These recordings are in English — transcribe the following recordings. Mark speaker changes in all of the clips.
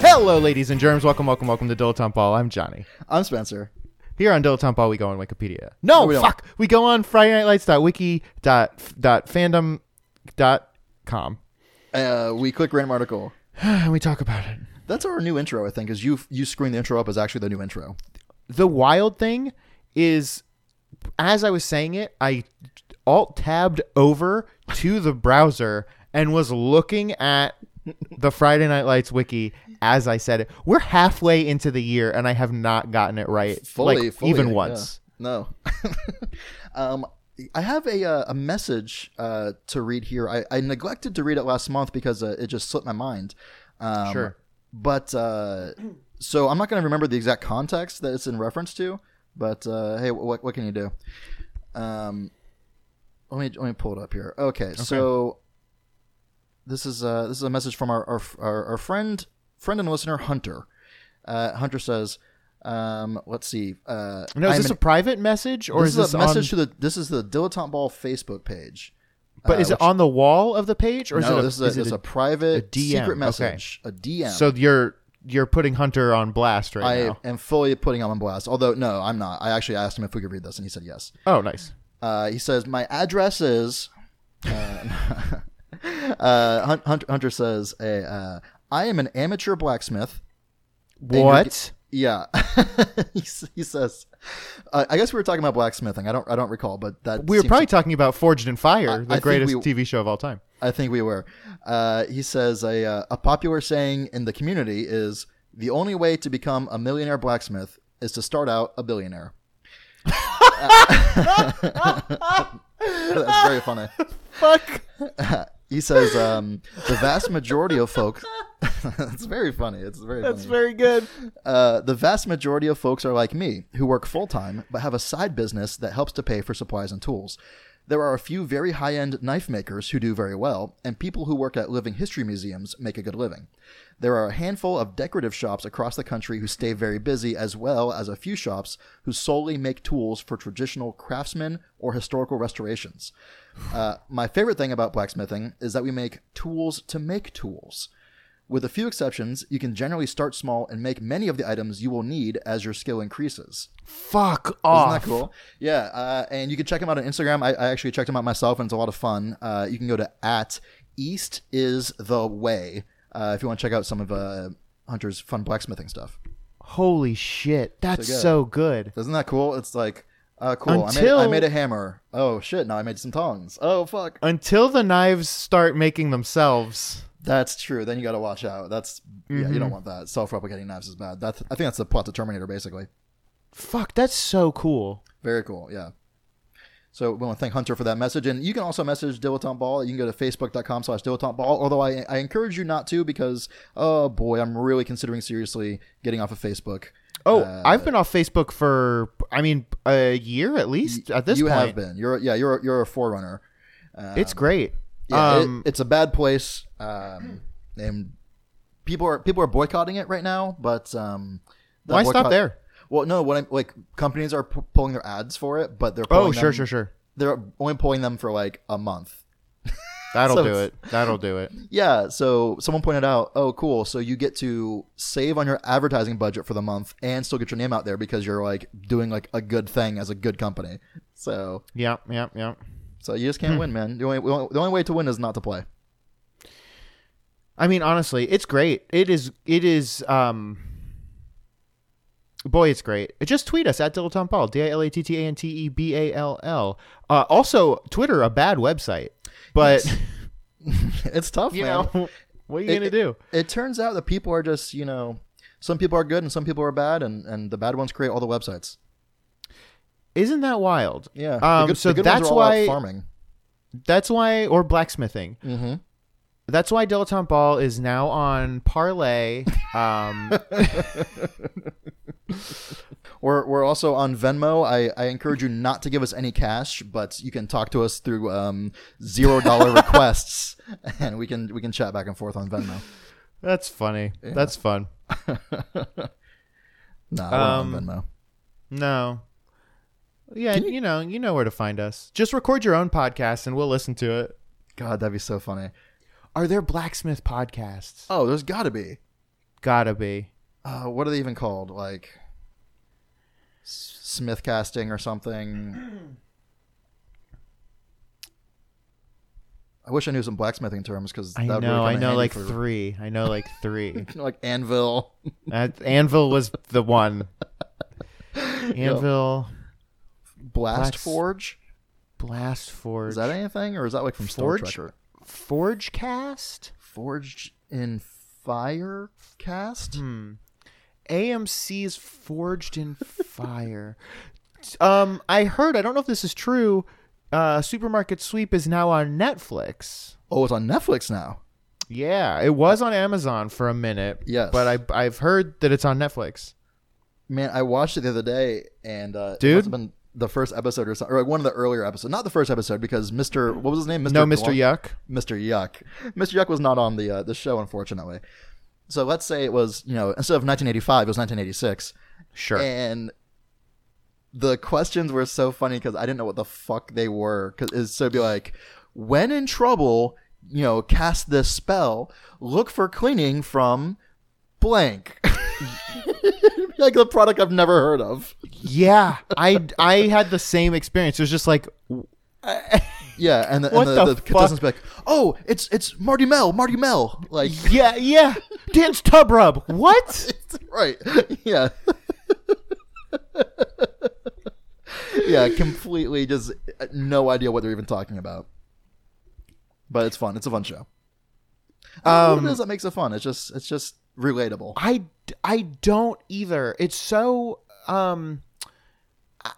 Speaker 1: Hello, ladies and germs. Welcome, welcome, welcome to Dilettante Ball. I'm Johnny.
Speaker 2: I'm Spencer.
Speaker 1: Here on Dilettante Ball, we go on Wikipedia. No,
Speaker 2: No, we don't.
Speaker 1: fuck. We go on FridayNightLights.wiki.fandom.com.
Speaker 2: Uh, we click random article.
Speaker 1: And we talk about it.
Speaker 2: That's our new intro, I think, is you you screwing the intro up is actually the new intro.
Speaker 1: The wild thing is, as I was saying it, I alt tabbed over to the browser and was looking at the Friday Night Lights wiki as I said it. We're halfway into the year, and I have not gotten it right,
Speaker 2: Fully,
Speaker 1: like,
Speaker 2: fully,
Speaker 1: even
Speaker 2: yeah.
Speaker 1: once.
Speaker 2: No. um, I have a uh, a message uh, to read here. I, I neglected to read it last month because uh, it just slipped my mind. Um,
Speaker 1: Sure.
Speaker 2: But uh, so I'm not going to remember the exact context that it's in reference to. But uh, hey, what what can you do? Um, let me let me pull it up here. Okay, so this is uh this is a message from our our, our, our friend friend and listener Hunter. Uh, Hunter says, um, let's see. Uh,
Speaker 1: No, is
Speaker 2: I'm
Speaker 1: this
Speaker 2: an-
Speaker 1: a private message or is
Speaker 2: this
Speaker 1: this
Speaker 2: a message
Speaker 1: on,
Speaker 2: to the this is the Dilettante Ball Facebook page.
Speaker 1: But
Speaker 2: uh,
Speaker 1: is it
Speaker 2: which-
Speaker 1: on the wall of the page or is
Speaker 2: no,
Speaker 1: it a,
Speaker 2: this is a,
Speaker 1: is it
Speaker 2: it's
Speaker 1: a-
Speaker 2: a, private
Speaker 1: DM?
Speaker 2: secret
Speaker 1: Okay.
Speaker 2: message, a DM.
Speaker 1: so you're you're putting Hunter on blast right
Speaker 2: I
Speaker 1: now?
Speaker 2: am fully putting him on blast. Although no, I'm not. I actually asked him if we could read this, and he said yes.
Speaker 1: Oh, nice.
Speaker 2: Uh, he says, "My address is." Uh, uh, Hun- Hunter, Hunter says, hey, uh, "I am an amateur blacksmith." you're
Speaker 1: What?
Speaker 2: Yeah, he, s- he says. Uh, I guess we were talking about blacksmithing. I don't. I don't recall, but that
Speaker 1: We were
Speaker 2: seems to
Speaker 1: probably talking about Forged in Fire,
Speaker 2: I- I
Speaker 1: the
Speaker 2: think
Speaker 1: greatest
Speaker 2: we-
Speaker 1: TV show of all time.
Speaker 2: I think we were. Uh, he says a, uh, a popular saying in the community is the only way to become a millionaire blacksmith is to start out a billionaire. That's very funny.
Speaker 1: Fuck.
Speaker 2: He says um, the vast majority of folks. That's very funny. It's very. funny.
Speaker 1: good.
Speaker 2: Uh, the vast majority of folks are like me, who work full time but have a side business that helps to pay for supplies and tools. There are a few very high end knife makers who do very well, and people who work at living history museums make a good living. There are a handful of decorative shops across the country who stay very busy, as well as a few shops who solely make tools for traditional craftsmen or historical restorations. Uh, my favorite thing about blacksmithing is that we make tools to make tools. With a few exceptions, you can generally start small and make many of the items you will need as your skill increases.
Speaker 1: Fuck
Speaker 2: Isn't
Speaker 1: off.
Speaker 2: that cool? Yeah, uh, and you can check them out on Instagram. I, I actually checked them out myself, and it's a lot of fun. Uh, you can go to at East is the way uh, if you want to check out some of uh, Hunter's fun blacksmithing stuff.
Speaker 1: Holy shit. That's
Speaker 2: good.
Speaker 1: so good.
Speaker 2: Isn't that cool? It's like, uh, cool.
Speaker 1: Until-
Speaker 2: I, made, I made a hammer. Oh shit! Now I made some tongs. Oh fuck.
Speaker 1: Until the knives start making themselves.
Speaker 2: That's true. Then you got to watch out. That's yeah. You don't want that. Self-replicating knives is bad. That's I think that's the plot to Terminator, basically.
Speaker 1: Fuck, that's so cool.
Speaker 2: Very cool. Yeah. So we want to thank Hunter for that message. And you can also message Dilettante Ball. You can go to facebook.com slash Dilettante Ball. Although I, I encourage you not to because, oh boy, I'm really considering seriously getting off of Facebook.
Speaker 1: Oh,
Speaker 2: Uh,
Speaker 1: I've been off Facebook for I mean a year at least at this
Speaker 2: you
Speaker 1: point.
Speaker 2: have been. You're yeah. You're you're a forerunner.
Speaker 1: It's great.
Speaker 2: Yeah,
Speaker 1: um,
Speaker 2: it, it's a bad place. Um, and people are people are boycotting it right now. But um, that
Speaker 1: why stop
Speaker 2: boycott-
Speaker 1: there?
Speaker 2: Well, no. What I'm like, companies are pu- pulling their ads for it, but they're pulling
Speaker 1: Oh, sure,
Speaker 2: them-
Speaker 1: sure, sure.
Speaker 2: They're only pulling them for like a month.
Speaker 1: That'll
Speaker 2: So
Speaker 1: do
Speaker 2: it's-
Speaker 1: it. That'll do it.
Speaker 2: Yeah, so someone pointed out, oh, cool. So you get to save on your advertising budget for the month and still get your name out there because you're like doing like a good thing as a good company. So,
Speaker 1: Yep, yep, yep.
Speaker 2: so you just
Speaker 1: Hmm.
Speaker 2: can't win, man. The only, the only way to win is not to play.
Speaker 1: I mean, honestly, it's great. It is. It is. Um, boy, it's great. Just tweet us at Dilettante Ball. D i l a t t a n t e b a l l. Uh, also, Twitter a bad website, but
Speaker 2: it's tough,
Speaker 1: you
Speaker 2: man.
Speaker 1: know what are you
Speaker 2: It-
Speaker 1: gonna do?
Speaker 2: It turns out that people are just, you know, some people are good and some people are bad, and and the bad ones create all the websites.
Speaker 1: Isn't that wild?
Speaker 2: Yeah. The
Speaker 1: Um,
Speaker 2: good-
Speaker 1: so
Speaker 2: the good ones are
Speaker 1: that's
Speaker 2: all out
Speaker 1: why
Speaker 2: farming.
Speaker 1: that's why or blacksmithing.
Speaker 2: Mm-hmm.
Speaker 1: That's why Dilettante Ball is now on Parlay. Um,
Speaker 2: We're, we're also on Venmo. I, I encourage you not to give us any cash, but you can talk to us through um, zero dollar requests, and we can we can chat back and forth on Venmo.
Speaker 1: that's funny. That's fun.
Speaker 2: Nah, we're not
Speaker 1: Um,
Speaker 2: on Venmo.
Speaker 1: No. Yeah, you know, you know where to find us. Just record your own podcast and we'll listen to it.
Speaker 2: God, that'd be so funny.
Speaker 1: Are there blacksmith podcasts?
Speaker 2: Oh, there's got to be.
Speaker 1: Gotta be.
Speaker 2: Uh, what are they even called? Like S- Smith casting or something. I wish I knew some blacksmithing terms because
Speaker 1: I know,
Speaker 2: that would
Speaker 1: I
Speaker 2: really come in
Speaker 1: know
Speaker 2: handy
Speaker 1: like
Speaker 2: for-
Speaker 1: three. I know like three.
Speaker 2: like anvil.
Speaker 1: That Anvil was the one. Anvil,
Speaker 2: Blast
Speaker 1: Blacks-
Speaker 2: Forge?
Speaker 1: Blast Forge.
Speaker 2: Is that anything, or is that like from Star
Speaker 1: Forge?
Speaker 2: Trek? or-
Speaker 1: Forge Cast?
Speaker 2: Forged in Fire cast?
Speaker 1: AMC's Forged in Fire. um, I heard, I don't know if this is true, uh, Supermarket Sweep is now on Netflix.
Speaker 2: Oh, it's on Netflix now.
Speaker 1: Yeah, it was on Amazon for a minute.
Speaker 2: Yes.
Speaker 1: But I, I've heard that it's on Netflix.
Speaker 2: Man, I watched it the other day, and uh, it
Speaker 1: Dude?
Speaker 2: must have been the first episode or something, or like one of the earlier episodes. Not the first episode because Mr. What was his name? Mr.
Speaker 1: No, Mr.
Speaker 2: Blunt-
Speaker 1: Yuck.
Speaker 2: Mr. Yuck. Mr. Yuck was not on the uh, the show, unfortunately. So let's say it was you know instead of 1985, it was 1986,
Speaker 1: Sure.
Speaker 2: and the questions were so funny because I didn't know what the fuck they were. Because so it'd be like, when in trouble, you know, cast this spell. Look for cleaning from blank. like the product I've never heard of.
Speaker 1: yeah, I, I had the same experience. It was just like,
Speaker 2: Yeah, and the,
Speaker 1: What
Speaker 2: and the,
Speaker 1: the
Speaker 2: the,
Speaker 1: fuck?
Speaker 2: contestants be like, "Oh, it's it's Marty Mel, Marty Mel." Like,
Speaker 1: yeah, yeah, dance tub rub. What?
Speaker 2: right? Yeah, yeah. Completely, just uh, no idea what they're even talking about. But it's fun. It's a fun show. Um, what it is that makes it fun? It's just it's just relatable.
Speaker 1: I I don't either. It's so um I-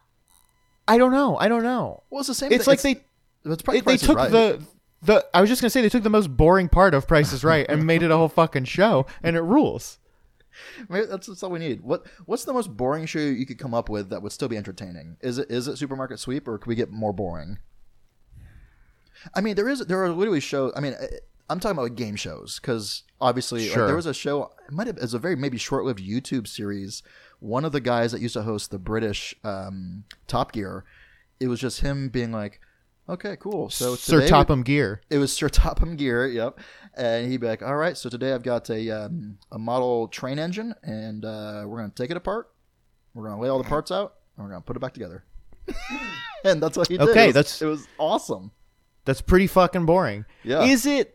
Speaker 1: I don't know. I don't know.
Speaker 2: Well, it's the same.
Speaker 1: It's
Speaker 2: thing.
Speaker 1: like they
Speaker 2: it's probably
Speaker 1: it- they
Speaker 2: Price is
Speaker 1: took
Speaker 2: Right.
Speaker 1: the the I was just going to say they took the most boring part of Price is Right and made it a whole fucking show and it rules.
Speaker 2: Maybe that's, that's all we need. What What's the most boring show you could come up with that would still be entertaining? Is it is it Supermarket Sweep, or could we get more boring? I mean, there is there are literally shows. I mean, I- I'm talking about like game shows because obviously like,
Speaker 1: Sure.
Speaker 2: there was a show. It might have it was a very maybe short lived YouTube series. One of the guys that used to host the British um, Top Gear, it was just him being like, "Okay, cool." So
Speaker 1: Sir
Speaker 2: today we-
Speaker 1: Topham Gear.
Speaker 2: it was Sir Topham Gear, yep. And he'd be like, "All right, so today I've got a um, a model train engine, and uh, we're gonna take it apart. We're gonna lay all the parts out, and we're gonna put it back together." and that's what he did.
Speaker 1: Okay,
Speaker 2: It was-
Speaker 1: that's-
Speaker 2: it. Was awesome.
Speaker 1: That's pretty fucking boring.
Speaker 2: Yeah.
Speaker 1: Is it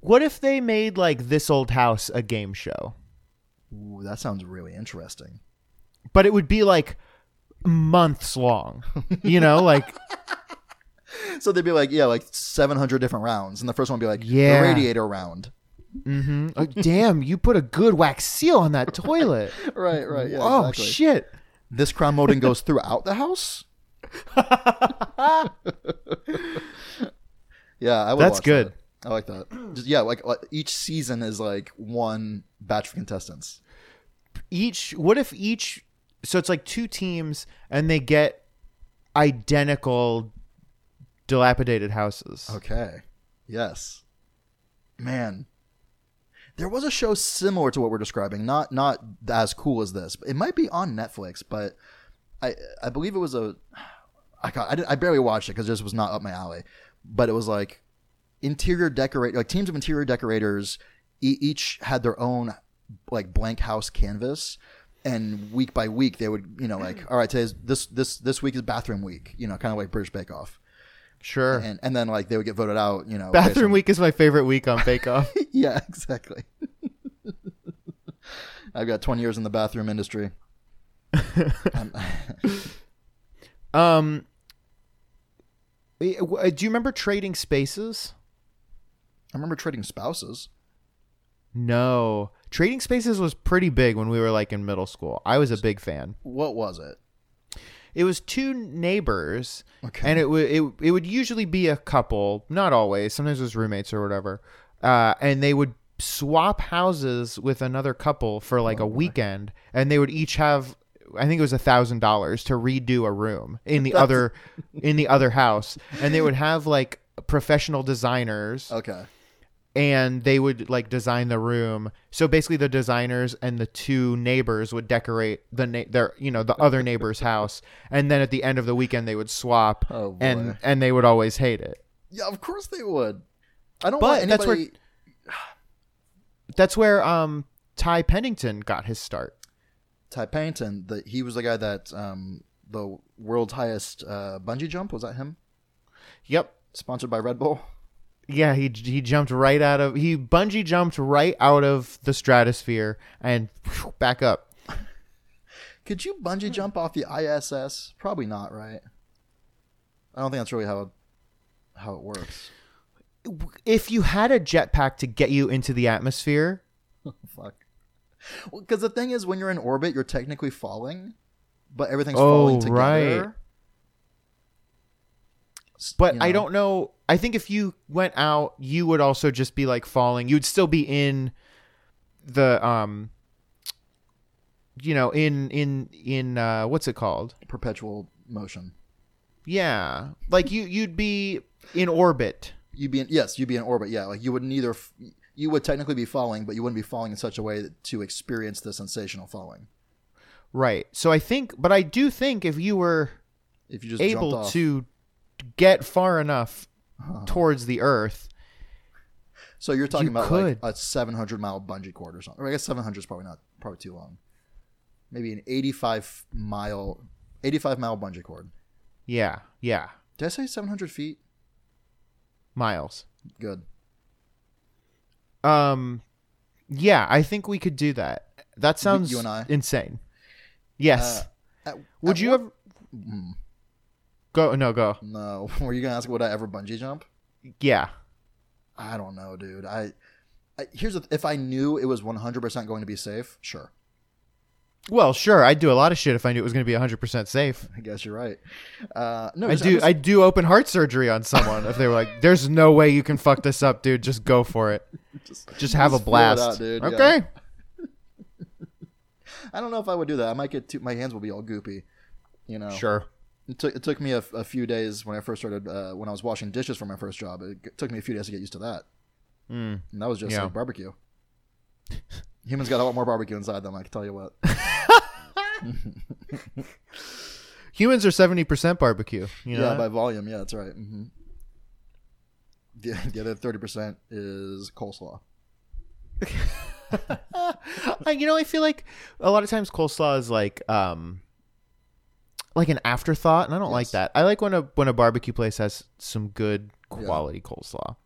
Speaker 1: What if they made like this old house a game show?
Speaker 2: Ooh, that sounds really interesting.
Speaker 1: But it would be like months long. You know, like
Speaker 2: So they'd be like, "Yeah, like 700 different rounds," and the first one would be like,
Speaker 1: Yeah.
Speaker 2: the radiator round."
Speaker 1: Oh, damn, you put a good wax seal on that toilet.
Speaker 2: Right, right. Yeah,
Speaker 1: oh,
Speaker 2: exactly.
Speaker 1: shit.
Speaker 2: This crown molding goes throughout the house. yeah, I would
Speaker 1: That's
Speaker 2: watch
Speaker 1: good.
Speaker 2: that. I like that. Just, yeah, like, like each season is like one batch of contestants.
Speaker 1: Each, what if each, so it's like two teams and they get identical dilapidated houses.
Speaker 2: Okay. Yes. Man. There was a show similar to what we're describing, not not as cool as this. It might be on Netflix, but I I believe it was a I got, I, didn't- I barely watched it because this was not up my alley, but it was like interior decorate like teams of interior decorators e- each had their own like blank house canvas and week by week they would you know like all right today's this this this week is bathroom week you know kind of like British Bake Off
Speaker 1: Sure.
Speaker 2: and and then like they would get voted out. You know,
Speaker 1: Bathroom
Speaker 2: based
Speaker 1: Week is my favorite week on Bake Off.
Speaker 2: on- yeah, exactly. I've got 20 years in the bathroom industry. Um,
Speaker 1: um, eh, w- eh, do you remember Trading Spaces?
Speaker 2: I remember trading spouses.
Speaker 1: No. Trading Spaces was pretty big when we were like in middle school. I was a big fan.
Speaker 2: What was it?
Speaker 1: It was two neighbors,
Speaker 2: Okay.
Speaker 1: and it would it, it would usually be a couple, not always. Sometimes it was roommates or whatever, uh, and they would swap houses with another couple for like a weekend, and they would each have. I think it was a thousand dollars to redo a room in the other in the other house, and they would have like professional designers
Speaker 2: Okay.
Speaker 1: and they would like design the room. So basically, the designers and the two neighbors would decorate the na- their you know the other neighbor's house, and then at the end of the weekend they would swap,
Speaker 2: Oh, boy.
Speaker 1: and and they would always hate it.
Speaker 2: Yeah, of course they would. I don't want
Speaker 1: But that's
Speaker 2: anybody.
Speaker 1: where- That's where um Ty Pennington got his start.
Speaker 2: Ty Payton, the, he was the guy that um, the world's highest uh, bungee jump was that him?
Speaker 1: Yep.
Speaker 2: Sponsored by Red Bull.
Speaker 1: Yeah, he he jumped right out of he bungee jumped right out of the stratosphere and phew, back up.
Speaker 2: Could you bungee
Speaker 1: Hmm.
Speaker 2: jump off the ISS? Probably not, right? I don't think that's really how how it works.
Speaker 1: If you had a jetpack to get you into the atmosphere,
Speaker 2: Fuck. Well, because the thing is, when you're in orbit, you're technically falling, but everything's
Speaker 1: Oh,
Speaker 2: falling
Speaker 1: right.
Speaker 2: together. S-
Speaker 1: But
Speaker 2: you
Speaker 1: I
Speaker 2: know?
Speaker 1: don't know. I think if you went out, you would also just be like falling. You'd still be in the um you know, in in in uh what's it called?
Speaker 2: perpetual motion.
Speaker 1: Yeah. Like you you'd be in orbit.
Speaker 2: You'd be in, yes, you'd be in orbit. Yeah, like you would neither. f- You would technically be falling, but you wouldn't be falling in such a way that, to experience the sensational falling.
Speaker 1: Right. So I think but I do think if you were
Speaker 2: If you just jumped
Speaker 1: able
Speaker 2: off,
Speaker 1: to get far enough towards the earth,
Speaker 2: so you're talking
Speaker 1: you
Speaker 2: about
Speaker 1: could.
Speaker 2: like a 700 mile bungee cord or something. Or I guess 700 is probably not probably too long. Maybe an 85 mile, 85 mile bungee cord.
Speaker 1: yeah, yeah,
Speaker 2: Did I say 700 feet?
Speaker 1: miles.
Speaker 2: Good.
Speaker 1: Um, yeah, I think we could do that. That sounds
Speaker 2: you and I? Uh,
Speaker 1: insane. Yes.
Speaker 2: At-
Speaker 1: Would
Speaker 2: at
Speaker 1: you
Speaker 2: what-
Speaker 1: ever go? No, go.
Speaker 2: Mm-hmm. No. Were you gonna ask would I ever bungee jump?
Speaker 1: Yeah,
Speaker 2: I don't know, dude. I, I here's the, if I knew it was 100 percent going to be safe. Sure,
Speaker 1: Well, sure. I'd do a lot of shit if I knew it was going to be 100% safe.
Speaker 2: I guess you're right. Uh, no,
Speaker 1: I
Speaker 2: just-
Speaker 1: do.
Speaker 2: just-
Speaker 1: I do open heart surgery on someone if they were like, "There's no way you can fuck this up, dude. Just go for it. Just, have
Speaker 2: just
Speaker 1: a
Speaker 2: feel it out,
Speaker 1: blast,
Speaker 2: dude, yeah.
Speaker 1: Okay.
Speaker 2: I don't know if I would do that. I might get too, my hands will be all goopy. You know,
Speaker 1: Sure.
Speaker 2: It took it took me a, a few days when I first started uh, when I was washing dishes for my first job. It g- took me a few days to get used to that.
Speaker 1: Hmm.
Speaker 2: Mm. And that was just
Speaker 1: Yeah.
Speaker 2: like barbecue. Humans got a lot more barbecue inside them. I can tell you what.
Speaker 1: Humans are 70% barbecue. You know
Speaker 2: Yeah,
Speaker 1: that?
Speaker 2: by volume. Yeah, that's right. hmm The, the other thirty percent is coleslaw.
Speaker 1: I, you know, I feel like a lot of times coleslaw is like um like an afterthought, and I don't like
Speaker 2: Yes.
Speaker 1: that. I like when a when a barbecue place has some good quality coleslaw.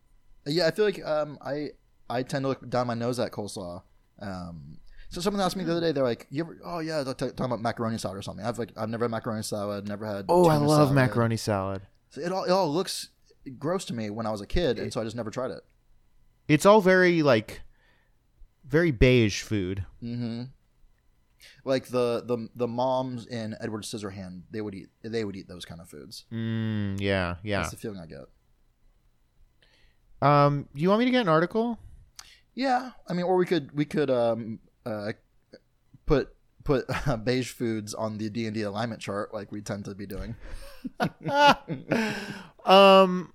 Speaker 2: Yeah, I feel like um, I I tend to look down my nose at coleslaw. Um, so someone asked me the other day, they're like, "You ever? Oh yeah, they're t- talking about macaroni salad or something." I've like I've never had macaroni salad, never had.
Speaker 1: Oh, I
Speaker 2: tuna
Speaker 1: love
Speaker 2: salad.
Speaker 1: macaroni salad.
Speaker 2: So it all it all looks gross to me when I was a kid, and so I just never tried it.
Speaker 1: It's all very like very beige food.
Speaker 2: Mm-hmm. Like the the the moms in Edward Scissorhand, they would eat they would eat those kind of foods.
Speaker 1: Mm, yeah, yeah.
Speaker 2: That's the feeling I get.
Speaker 1: Um, you want me to get an article?
Speaker 2: Yeah, I mean, or we could we could um uh put put uh, beige foods on the D and D alignment chart like we tend to be doing.
Speaker 1: Um,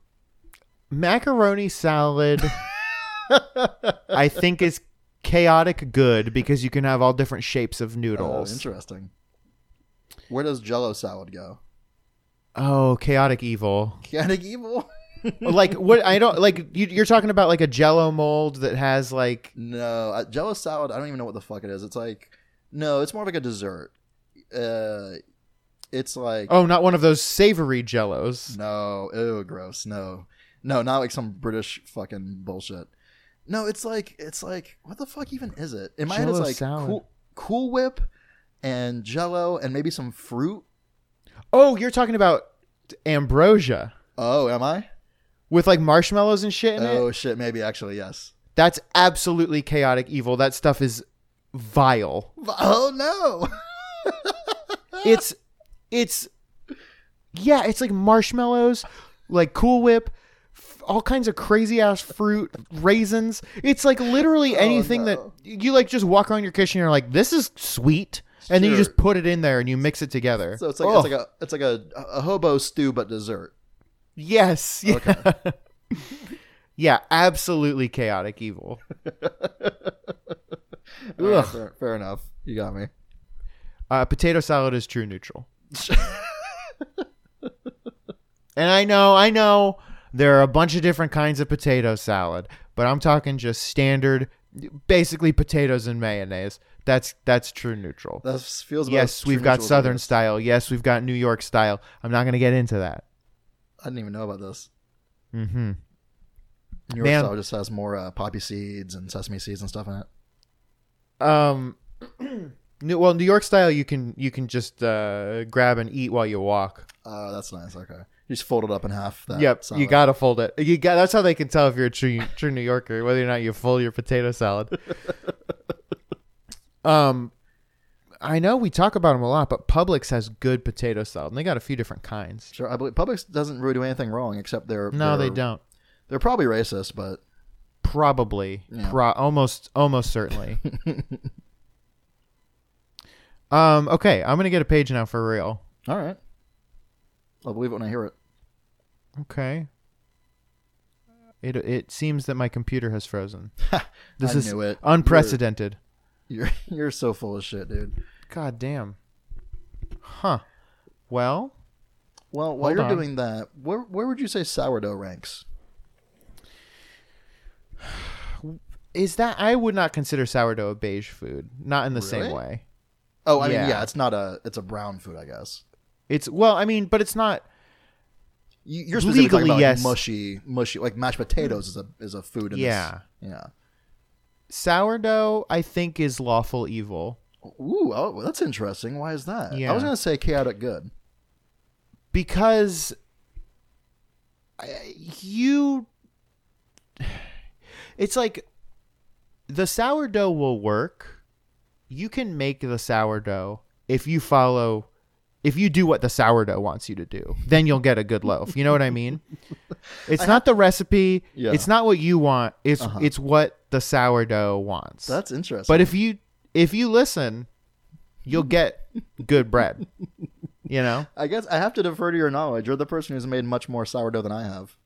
Speaker 1: macaroni salad, I think is chaotic good because you can have all different shapes of
Speaker 2: Oh,
Speaker 1: noodles.
Speaker 2: interesting. Where does Jello salad go?
Speaker 1: Oh, chaotic evil.
Speaker 2: Chaotic evil?
Speaker 1: like what I don't like you, you're talking about like a jello mold that has like
Speaker 2: no, uh, Jello salad. I don't even know what the fuck it is. It's like no, it's more of like a dessert. Uh, it's like
Speaker 1: oh not one of those savory jellos.
Speaker 2: No, ew, gross. No, no, not like some British fucking bullshit. No, it's like it's like what the fuck even is it? In my head, it's
Speaker 1: Jell-O
Speaker 2: like
Speaker 1: salad.
Speaker 2: cool, cool Whip and Jello and maybe some fruit.
Speaker 1: Oh, you're talking about ambrosia
Speaker 2: Oh, am I?
Speaker 1: with like marshmallows and shit in
Speaker 2: Oh
Speaker 1: it.
Speaker 2: shit, maybe actually yes.
Speaker 1: That's absolutely chaotic evil. That stuff is vile.
Speaker 2: Oh no!
Speaker 1: It's it's yeah, it's like marshmallows, like Cool Whip, f- all kinds of crazy ass fruit, raisins. It's like literally anything
Speaker 2: Oh, no.
Speaker 1: that you like just walk around your kitchen and you're like this is sweet. And then you
Speaker 2: Sure.
Speaker 1: just put it in there and you mix it together.
Speaker 2: So it's like
Speaker 1: Ugh.
Speaker 2: it's like a it's like a, a hobo stew but dessert.
Speaker 1: Yes. Yeah. yeah, absolutely chaotic evil.
Speaker 2: All right, fair, fair enough. You got me.
Speaker 1: Uh, potato salad is true neutral. and I know, I know there are a bunch of different kinds of potato salad, but I'm talking just standard basically potatoes and mayonnaise. That's that's true neutral.
Speaker 2: That feels about as
Speaker 1: yes, we've
Speaker 2: true
Speaker 1: got
Speaker 2: neutral as it
Speaker 1: southern
Speaker 2: is.
Speaker 1: style. Yes, we've got New York style. I'm not going to get into that.
Speaker 2: I didn't even know about this.
Speaker 1: Mhm.
Speaker 2: New York
Speaker 1: Man.
Speaker 2: style just has more uh, poppy seeds and sesame seeds and stuff in it.
Speaker 1: Um New, well, New York style, you can you can just uh, grab and eat while you walk.
Speaker 2: Oh, that's nice. Okay, you just fold it up in half. That
Speaker 1: Yep, you
Speaker 2: salad.
Speaker 1: gotta fold it. You got that's how they can tell if you're a true true New Yorker whether or not you fold your potato salad. um, I know we talk about them a lot, but Publix has good potato salad, and they got a few different kinds.
Speaker 2: Sure, I believe Publix doesn't really do anything wrong except they're
Speaker 1: No,
Speaker 2: they're-
Speaker 1: they don't.
Speaker 2: They're probably racist, but
Speaker 1: Probably,
Speaker 2: Yeah.
Speaker 1: pro- almost, almost certainly. um, okay, I'm gonna get a page now for real.
Speaker 2: all right. I'll believe it when I hear it.
Speaker 1: Okay. It it seems that my computer has frozen. this
Speaker 2: I
Speaker 1: is
Speaker 2: knew it.
Speaker 1: unprecedented.
Speaker 2: You're you're so full of shit, dude.
Speaker 1: God damn. Huh. Well,
Speaker 2: Well, while
Speaker 1: Hold
Speaker 2: you're
Speaker 1: on.
Speaker 2: doing that, where where would you say sourdough ranks?
Speaker 1: is that I would not consider sourdough a beige food, not in the same
Speaker 2: Really?
Speaker 1: way.
Speaker 2: Oh, I
Speaker 1: Yeah.
Speaker 2: mean, yeah, it's not a it's a brown food, I guess.
Speaker 1: It's well, I mean, but it's not
Speaker 2: You- You're specifically talking
Speaker 1: Legally,
Speaker 2: about like,
Speaker 1: yes.
Speaker 2: mushy, mushy, like mashed potatoes is a is a food. In
Speaker 1: Yeah.
Speaker 2: this. yeah.
Speaker 1: sourdough, I think is lawful evil
Speaker 2: Ooh, oh, well, that's interesting. Why is that? I
Speaker 1: Yeah.
Speaker 2: was gonna say chaotic good.
Speaker 1: because I- you It's like the sourdough will work. You can make the sourdough if you follow if you do what the sourdough wants you to do, then you'll get a good loaf. You know what I mean? It's not the recipe.
Speaker 2: Yeah. Uh-huh.
Speaker 1: It's not what you want. It's it's what the sourdough wants.
Speaker 2: That's interesting.
Speaker 1: but if you if you listen, you'll get good bread. You know?
Speaker 2: I guess I have to defer to your knowledge. You're the person who's made much more sourdough than I have.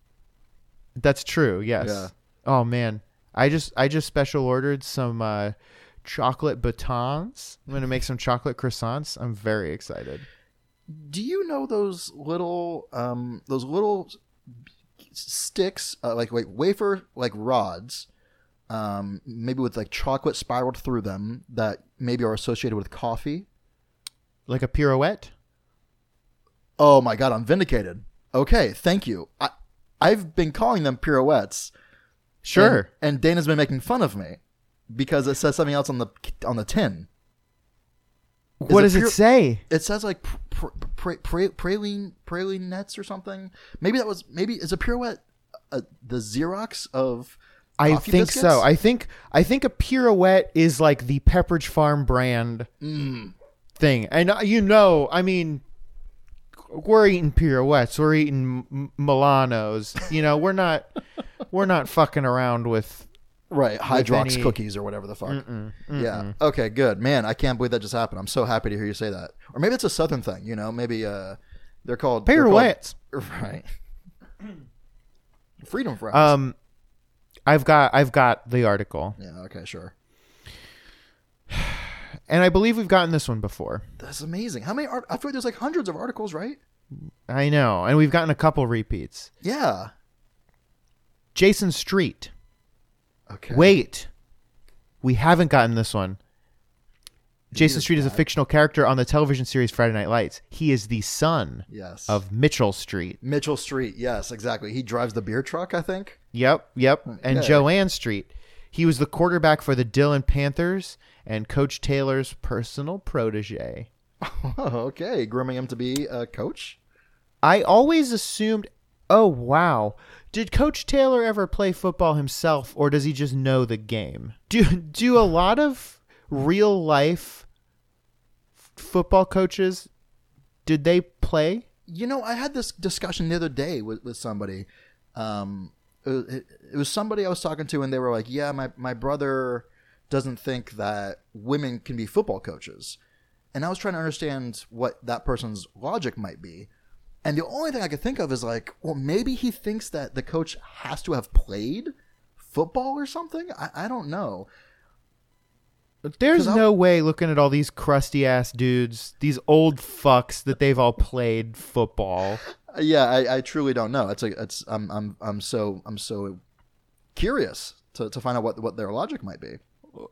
Speaker 1: That's true. Yes.
Speaker 2: Yeah.
Speaker 1: Oh man, I just I just special ordered some uh, chocolate batons. I'm gonna make some chocolate croissants. I'm very excited.
Speaker 2: Do you know those little um those little sticks uh, like like wafer like rods um maybe with like chocolate spiraled through them that maybe are associated with coffee?
Speaker 1: Like a pirouette.
Speaker 2: Oh my god, I'm vindicated. Okay, thank you. I I've been calling them pirouettes.
Speaker 1: Sure.
Speaker 2: And, and Dana's been making fun of me because it says something else on the on the tin.
Speaker 1: what
Speaker 2: is
Speaker 1: does
Speaker 2: a
Speaker 1: it
Speaker 2: pir-
Speaker 1: say?
Speaker 2: It says like pr- pr- pr- pra- praline praline nets or something. Maybe that was maybe is a pirouette uh, the Xerox of
Speaker 1: I
Speaker 2: coffee
Speaker 1: think
Speaker 2: biscuits?
Speaker 1: so. I think I think a pirouette is like the Pepperidge Farm brand thing, and uh, you know, I mean, we're eating pirouettes, we're eating M- Milanos. You know, we're not we're not fucking around with
Speaker 2: right Hydrox
Speaker 1: any-
Speaker 2: cookies or whatever the fuck. Yeah. Okay. Good. Man, I can't believe that just happened. I'm so happy to hear you say that. Or maybe it's a Southern thing. You know, maybe uh, they're called they're called-
Speaker 1: pirouettes.
Speaker 2: right. Freedom fries.
Speaker 1: Um, I've got I've got the article,
Speaker 2: yeah. Okay. Sure.
Speaker 1: and I believe we've gotten this one before.
Speaker 2: That's amazing. How many art? I feel like there's like hundreds of articles, right?
Speaker 1: I know, and we've gotten a couple repeats.
Speaker 2: Yeah.
Speaker 1: Jason Street.
Speaker 2: Okay.
Speaker 1: Wait, we haven't gotten this one. Jason Street is a fictional character on the television series Friday Night Lights. He is the son
Speaker 2: Yes.
Speaker 1: of Mitchell Street.
Speaker 2: Mitchell Street. Yes, exactly. He drives the beer truck, I think.
Speaker 1: Yep, yep. And
Speaker 2: Okay.
Speaker 1: Joanne Street. He was the quarterback for the Dillon Panthers and Coach Taylor's personal protege.
Speaker 2: okay, grooming him to be a coach.
Speaker 1: I always assumed Oh, wow. Did Coach Taylor ever play football himself, or does he just know the game? Do, do a lot of real life f- football coaches, did they play?
Speaker 2: You know, I had this discussion the other day with, with somebody. Um, it, was- it, it was somebody I was talking to, and they were like, "Yeah, my my brother doesn't think that women can be football coaches," and I was trying to understand what that person's logic might be. And the only thing I could think of is like, well, maybe he thinks that the coach has to have played football or something. I, I don't know.
Speaker 1: There's
Speaker 2: 'Cause I'm-
Speaker 1: no way looking at all these crusty ass dudes, these old fucks that they've all played football.
Speaker 2: yeah I, I truly don't know it's like it's i'm i'm i'm so i'm so curious to, to find out what what their logic might be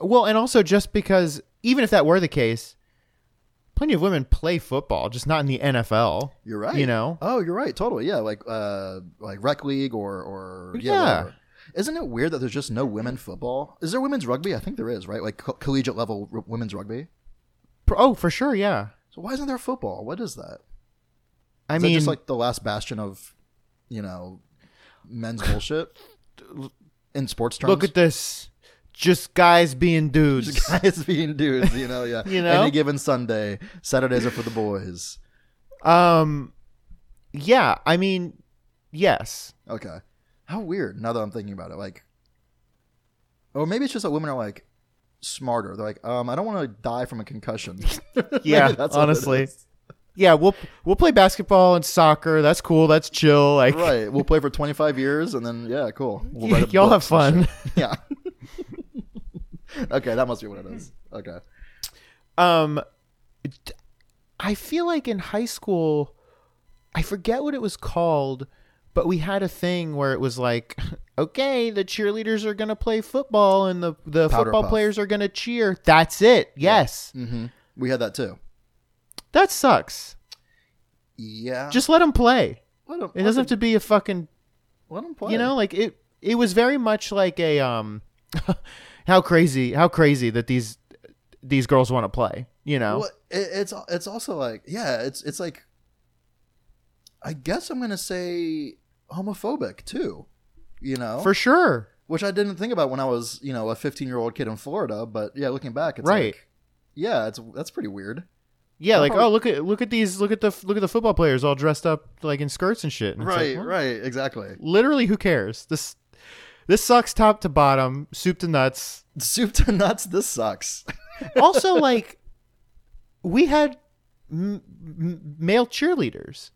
Speaker 1: Well, and also just because even if that were the case, plenty of women play football, just not in the NFL.
Speaker 2: you're right
Speaker 1: You know?
Speaker 2: oh you're right totally yeah like uh like rec league or or yeah,
Speaker 1: Yeah.
Speaker 2: whatever. isn't it weird that there's just no women football is there women's rugby i think there is right like co- collegiate level r- women's rugby
Speaker 1: Pro- Oh, for sure, yeah.
Speaker 2: so why isn't there football what is that
Speaker 1: I
Speaker 2: is that
Speaker 1: mean,
Speaker 2: just like the last bastion of you know men's bullshit in sports terms
Speaker 1: look at this. Just guys being dudes.
Speaker 2: guys being dudes, you know, yeah.
Speaker 1: You know?
Speaker 2: Any given Sunday. Saturdays are for the boys.
Speaker 1: Um, yeah. I mean, yes.
Speaker 2: Okay. How weird now that I'm thinking about it. Like Or maybe it's just that women are like smarter. They're like, um, I don't want to die from a concussion.
Speaker 1: Yeah.
Speaker 2: Maybe that's what it
Speaker 1: honestly.
Speaker 2: is.
Speaker 1: Yeah. We'll we'll play basketball and soccer. That's cool. That's chill. Like
Speaker 2: right. We'll play for twenty five years and then yeah, cool. We'll write a
Speaker 1: y'all
Speaker 2: book
Speaker 1: have
Speaker 2: and
Speaker 1: fun.
Speaker 2: shit. Yeah. okay, that must be what it is. Okay.
Speaker 1: Um, d- I feel like in high school, I forget what it was called, but we had a thing where it was like, okay, the cheerleaders are gonna play football and the the
Speaker 2: Powder
Speaker 1: football
Speaker 2: puff.
Speaker 1: players are gonna cheer. That's it. Yes.
Speaker 2: Mm-hmm. We had that too.
Speaker 1: That sucks.
Speaker 2: Yeah.
Speaker 1: Just let them play.
Speaker 2: let them,
Speaker 1: It doesn't have to be a fucking
Speaker 2: let them play.
Speaker 1: you know like it it was very much like a um how crazy how crazy that these these girls want to play you know
Speaker 2: Well, it, it's it's also like yeah, it's it's like I guess I'm gonna say homophobic too, you know,
Speaker 1: for sure
Speaker 2: which I didn't think about when I was you know a 15 year old kid in Florida, but yeah, looking back, it's
Speaker 1: Right.
Speaker 2: like, yeah, it's that's pretty weird.
Speaker 1: yeah
Speaker 2: I'll
Speaker 1: like
Speaker 2: probably-
Speaker 1: oh look at look at these look at the look at the football players all dressed up like in skirts and shit And it's like, well,
Speaker 2: right, exactly.
Speaker 1: literally who cares this this sucks top to bottom soup to nuts
Speaker 2: Soup to nuts. This sucks.
Speaker 1: also like we had m- m- male cheerleaders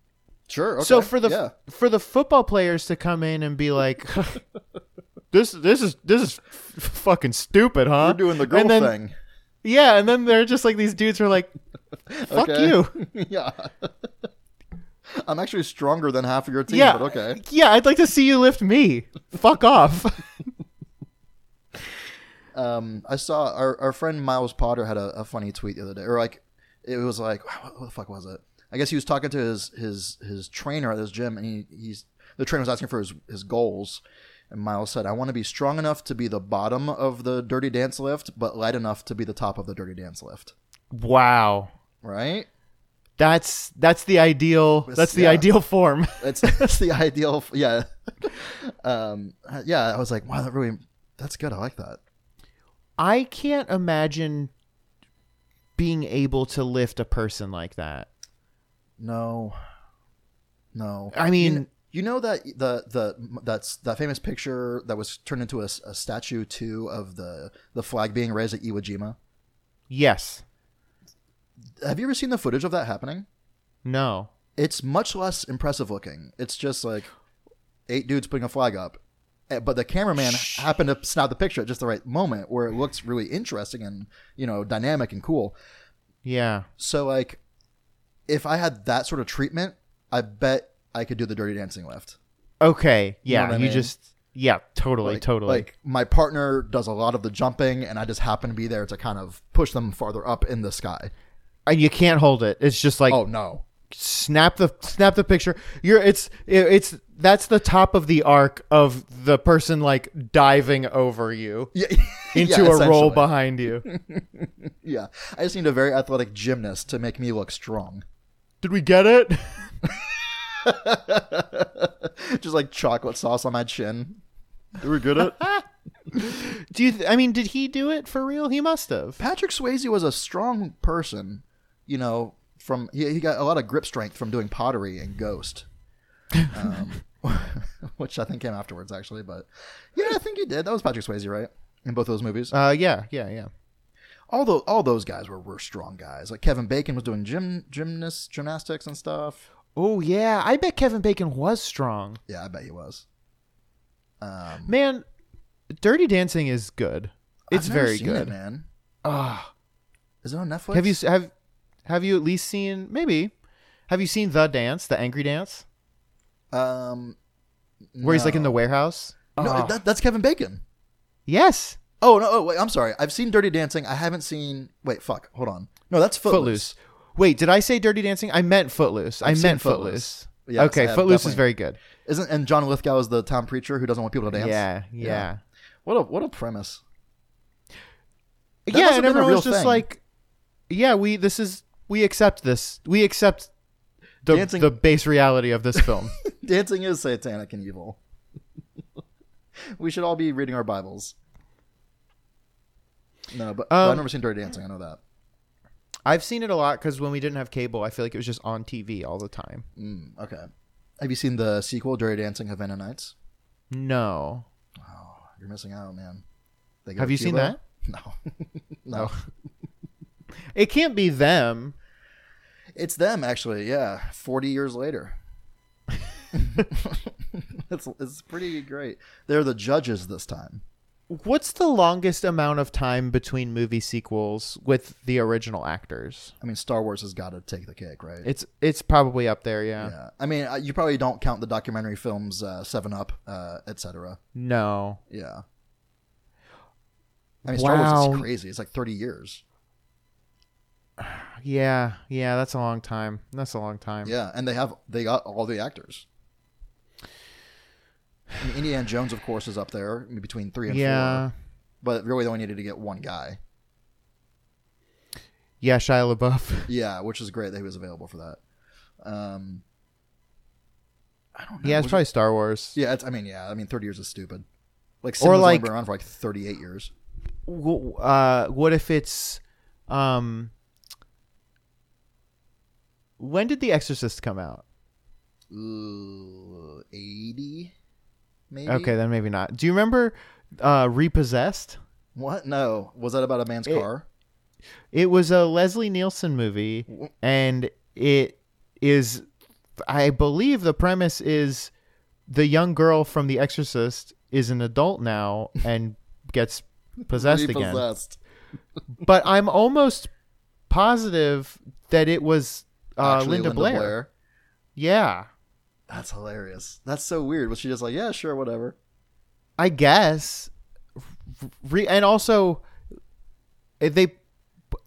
Speaker 2: sure. Okay.
Speaker 1: so for the
Speaker 2: yeah.
Speaker 1: for the football players to come in and be like this this is this is f- fucking stupid huh
Speaker 2: we're doing the girl
Speaker 1: and then,
Speaker 2: thing.
Speaker 1: yeah and then they're just like these dudes who are like fuck
Speaker 2: Okay.
Speaker 1: you
Speaker 2: yeah. I'm actually stronger than half of your team,
Speaker 1: yeah
Speaker 2: but okay.
Speaker 1: yeah i'd like to see you lift me fuck off
Speaker 2: um, I saw our, our friend Miles Potter had a, a funny tweet the other day, or like it was like what, what the fuck was it? I guess he was talking to his his his trainer at his gym, and he, he's the trainer was asking for his his goals, and Miles said, "I want to be strong enough to be the bottom of the dirty dance lift, but light enough to be the top of the dirty dance lift."
Speaker 1: wow
Speaker 2: Right?
Speaker 1: that's that's the ideal that's the
Speaker 2: yeah.
Speaker 1: ideal form
Speaker 2: That's that's the ideal. f- Yeah, um, yeah. I was like, wow, that really that's good. I like that.
Speaker 1: i can't imagine being able to lift a person like that
Speaker 2: No. No.
Speaker 1: I mean-
Speaker 2: you, kn- you know that the the that's that famous picture that was turned into a, s- a statue too of the the flag being raised at Iwo Jima.
Speaker 1: yes
Speaker 2: Have you ever seen the footage of that happening?
Speaker 1: no
Speaker 2: It's much less impressive looking. It's just like eight dudes putting a flag up. Eh, But the cameraman happened to snap the picture at just the right moment where it looks really interesting and, you know, dynamic and cool.
Speaker 1: yeah
Speaker 2: So like if I had that sort of treatment, I bet I could do the dirty dancing lift.
Speaker 1: Okay. Yeah. You,
Speaker 2: what I mean?
Speaker 1: just. Yeah. Totally.
Speaker 2: Like-
Speaker 1: totally.
Speaker 2: Like my partner does a lot of the jumping, and I just happen to be there to kind of push them farther up in the sky.
Speaker 1: and you can't hold it. It's just like
Speaker 2: Oh no!
Speaker 1: snap the snap the picture. You're. It's. it- It's. That's the top of the arc of the person like diving over you
Speaker 2: Yeah,
Speaker 1: into
Speaker 2: yeah,
Speaker 1: a roll
Speaker 2: essentially.
Speaker 1: behind you.
Speaker 2: Yeah, I just need a very athletic gymnast to make me look strong.
Speaker 1: Did we get it?
Speaker 2: Just like chocolate sauce on my chin. They were good at
Speaker 1: Do you? Th- I mean, did he do it for real? He must have.
Speaker 2: Patrick Swayze was a strong person, you know, from he, he got a lot of grip strength from doing pottery and Ghost. Um, which I think came afterwards actually, but yeah, I think he did. That was Patrick Swayze, right? In both those movies.
Speaker 1: Uh, yeah, yeah, yeah.
Speaker 2: all those all those guys were, were strong guys. Like Kevin Bacon was doing gym gymnast gymnastics and stuff.
Speaker 1: Oh yeah, I bet Kevin Bacon was strong.
Speaker 2: Yeah, I bet he was. Um,
Speaker 1: Man, Dirty Dancing is good. It's
Speaker 2: I've never
Speaker 1: very
Speaker 2: seen it,
Speaker 1: good.
Speaker 2: man.
Speaker 1: Ah,
Speaker 2: Is it on Netflix?
Speaker 1: have you s- have have you at least seen maybe? Have you seen the dance, the angry dance,
Speaker 2: Um,
Speaker 1: where he's like in the warehouse?
Speaker 2: no,
Speaker 1: Ah.
Speaker 2: that, that's Kevin Bacon.
Speaker 1: yes,
Speaker 2: Oh no! Oh wait, I'm sorry. I've seen Dirty Dancing. I haven't seen. Wait, fuck. Hold on. No, that's Footloose.
Speaker 1: Footloose. Wait, did I say Dirty Dancing? I meant Footloose. i
Speaker 2: I've seen
Speaker 1: meant Footloose.
Speaker 2: Footloose. Yes, I
Speaker 1: okay,
Speaker 2: have
Speaker 1: Footloose is
Speaker 2: definitely-
Speaker 1: very good.
Speaker 2: Isn't and John Lithgow is the town preacher who doesn't want people to dance.
Speaker 1: Yeah, yeah,
Speaker 2: What a what a premise. That
Speaker 1: yeah.
Speaker 2: must have
Speaker 1: and
Speaker 2: been a
Speaker 1: everyone
Speaker 2: real
Speaker 1: was just
Speaker 2: thing.
Speaker 1: like, "Yeah, we this is we accept this. We accept the
Speaker 2: Dancing-
Speaker 1: the base reality of this film."
Speaker 2: Dancing is satanic and evil. we should all be reading our Bibles. No, but well, I've
Speaker 1: Um,
Speaker 2: never seen Dirty Dancing. I know that.
Speaker 1: I've seen it a lot because when we didn't have cable, I feel like it was just on TV all the time.
Speaker 2: Mm, okay. Have you seen the sequel, Dirty Dancing Havana Nights?
Speaker 1: No,
Speaker 2: You're missing out, man. They go
Speaker 1: Have
Speaker 2: to
Speaker 1: you seen
Speaker 2: Cuba? No. no.
Speaker 1: it can't be them.
Speaker 2: It's them, actually. Yeah, forty years later. it's it's pretty great. They're the judges this time.
Speaker 1: What's the longest amount of time between movie sequels with the original actors?
Speaker 2: I mean, Star Wars has got to take the cake, right?
Speaker 1: It's it's probably up there, yeah.
Speaker 2: yeah. I mean, uh, you probably don't count the documentary films, uh, Seven Up, uh, etc.
Speaker 1: No,
Speaker 2: Yeah. I mean, Star Wars is
Speaker 1: Wow.
Speaker 2: crazy. It's like thirty years.
Speaker 1: yeah, yeah. That's a long time. That's a long time.
Speaker 2: Yeah, and they have they got all the actors. I mean, Indiana Jones, of course, is up there I mean, between three and
Speaker 1: yeah,
Speaker 2: four. But really, they only needed to get one guy.
Speaker 1: yeah. Shia LaBeouf.
Speaker 2: Yeah, which is great that he was available for that. Um, I don't know.
Speaker 1: yeah, it's
Speaker 2: Was it-
Speaker 1: probably Star Wars.
Speaker 2: Oh, yeah, it's, I mean, yeah, I mean, thirty years is stupid. Like, cinema's only
Speaker 1: like-
Speaker 2: been around for like thirty-eight years.
Speaker 1: W- uh, what if it's um when did the exorcist come out
Speaker 2: Ooh, eighty, maybe.
Speaker 1: okay then maybe not do you remember uh repossessed
Speaker 2: What? No, was that about a man's
Speaker 1: It-
Speaker 2: car?
Speaker 1: it was a leslie nielsen movie and it is i believe the premise is the young girl from the exorcist is an adult now and gets possessed again
Speaker 2: Repossessed.
Speaker 1: but i'm almost positive that it was uh,
Speaker 2: Actually,
Speaker 1: linda, blair. yeah
Speaker 2: That's hilarious. That's so weird. Was she just like, yeah, sure, whatever?
Speaker 1: I guess. Re- and also, eh, they,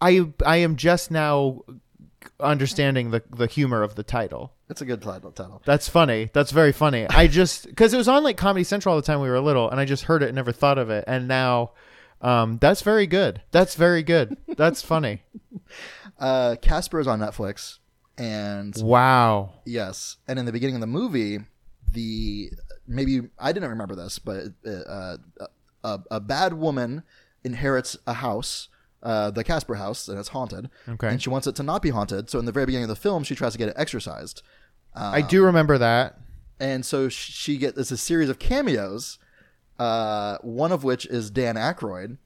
Speaker 1: I, I am just now understanding the the humor of the title.
Speaker 2: That's a good title. title.
Speaker 1: That's funny. That's very funny. I just because it was on like Comedy Central all the time when we were little, and I just heard it and never thought of it, and now, um, that's very good. That's very good. That's funny.
Speaker 2: Uh, Casper is on Netflix, and
Speaker 1: wow.
Speaker 2: yes, and in the beginning of the movie, the maybe I didn't remember this, but uh, a, a bad woman inherits a house. Uh, the Casper house, and it's haunted.
Speaker 1: Okay.
Speaker 2: And she wants it to not be haunted. So, in the very beginning of the film, she tries to get it exorcised.
Speaker 1: I do remember that.
Speaker 2: and so sh- she gets it's a series of cameos, uh, one of which is Dan Aykroyd,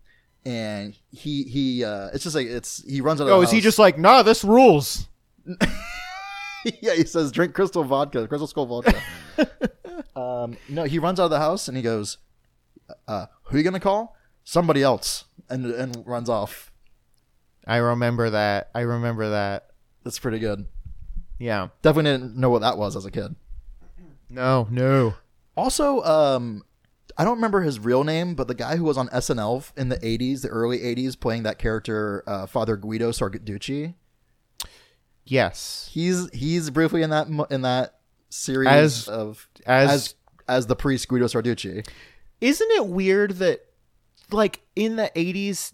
Speaker 2: and he he uh, it's just like it's he runs out. Of
Speaker 1: Oh,
Speaker 2: the
Speaker 1: is he
Speaker 2: house.
Speaker 1: just like nah? This rules.
Speaker 2: yeah, he says drink crystal vodka, crystal skull vodka. um, no, he runs out of the house and he goes, uh, "Who you gonna call? Somebody else," and and runs off.
Speaker 1: I remember that. I remember that.
Speaker 2: That's pretty good.
Speaker 1: Yeah.
Speaker 2: Definitely didn't know what that was as a kid.
Speaker 1: No. No.
Speaker 2: Also, um, I don't remember his real name, but the guy who was on SNL f- in the '80s, the early '80s, playing that character, uh, Father Guido Sarducci.
Speaker 1: Yes.
Speaker 2: He's he's briefly in that mo- in that series
Speaker 1: As-
Speaker 2: of
Speaker 1: as-
Speaker 2: as as the priest Guido Sarducci.
Speaker 1: isn't it weird that like in the 80s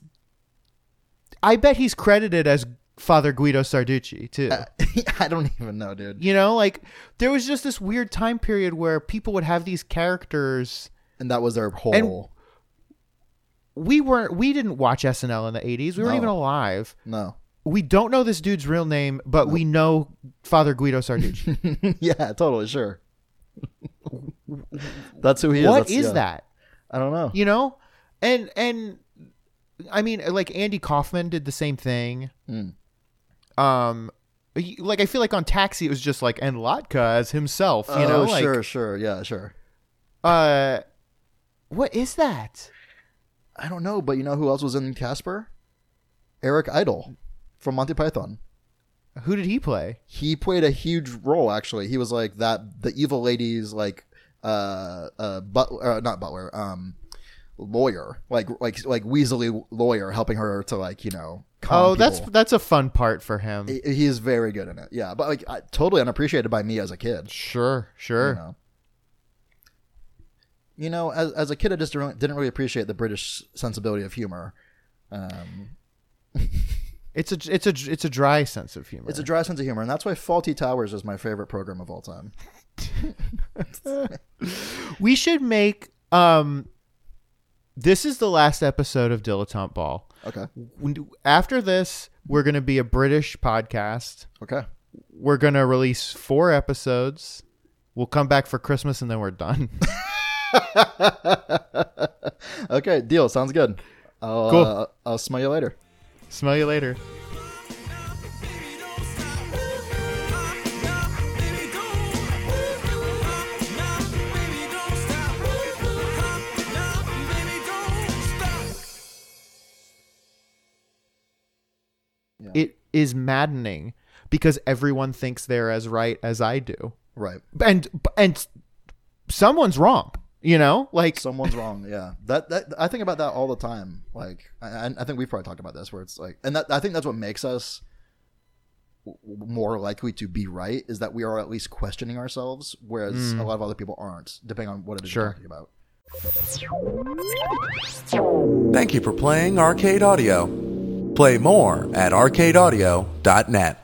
Speaker 1: i bet he's credited as Father Guido Sarducci too.
Speaker 2: I don't even know, dude.
Speaker 1: you know, like there was just this weird time period where people would have these characters.
Speaker 2: And that was their whole.
Speaker 1: We weren't. We didn't watch SNL in the '80s. We weren't
Speaker 2: No.
Speaker 1: even alive.
Speaker 2: no.
Speaker 1: We don't know this dude's real name, but we know Father Guido Sarducci.
Speaker 2: yeah, totally, sure. That's who he is.
Speaker 1: what
Speaker 2: That's-
Speaker 1: is
Speaker 2: yeah.
Speaker 1: that?
Speaker 2: I don't know.
Speaker 1: you know and and i mean like andy kaufman did the same thing
Speaker 2: Mm.
Speaker 1: um y- like i feel like on taxi it was just like and lotka as himself you know
Speaker 2: oh,
Speaker 1: like
Speaker 2: sure, sure, yeah, sure.
Speaker 1: uh what is that
Speaker 2: I don't know, but you know who else was in Casper? Eric Idle from Monty Python.
Speaker 1: who did he play
Speaker 2: He played a huge role. Actually, he was like that the evil lady's like uh uh butler, uh, not butler, um lawyer, like like like Weasley lawyer, helping her to like you know. Con
Speaker 1: oh that's
Speaker 2: people.
Speaker 1: that's a fun part for him
Speaker 2: He- he is very good in it. Yeah, but like I, totally unappreciated by me as a kid.
Speaker 1: sure sure
Speaker 2: You know, you know as, as a kid, I just didn't didn't really appreciate the British sensibility of humor. Um,
Speaker 1: it's a it's a it's a dry sense of humor
Speaker 2: It's a dry sense of humor, and that's why Faulty Towers is my favorite program of all time.
Speaker 1: we should make um this is the last episode of dilettante ball
Speaker 2: Okay.
Speaker 1: When- after this we're going to be a british podcast
Speaker 2: Okay.
Speaker 1: we're gonna release four episodes. We'll come back for Christmas and then we're done.
Speaker 2: Okay, deal. Sounds good. I'll,
Speaker 1: Cool.
Speaker 2: uh, I'll smell you later.
Speaker 1: Smell you later.
Speaker 3: Baby, don't stop. Nah, nah, baby, don't. Nah, nah, baby, don't stop. Nah, nah, baby, don't stop.
Speaker 1: It is maddening because everyone thinks they're as right as I do,
Speaker 2: Right.
Speaker 1: and and someone's wrong. You know, like
Speaker 2: Someone's wrong. Yeah. That, that I think about that all the time. Like I, I- I think we've probably talked about this, where it's like, and that I think that's what makes us w- w- more likely to be right is that we are at least questioning ourselves, whereas a lot of other people aren't, depending on what it is
Speaker 1: Hmm. Sure.
Speaker 2: you're talking about.
Speaker 4: Thank you for playing Arcade Audio. Play more at arcadeaudio.net.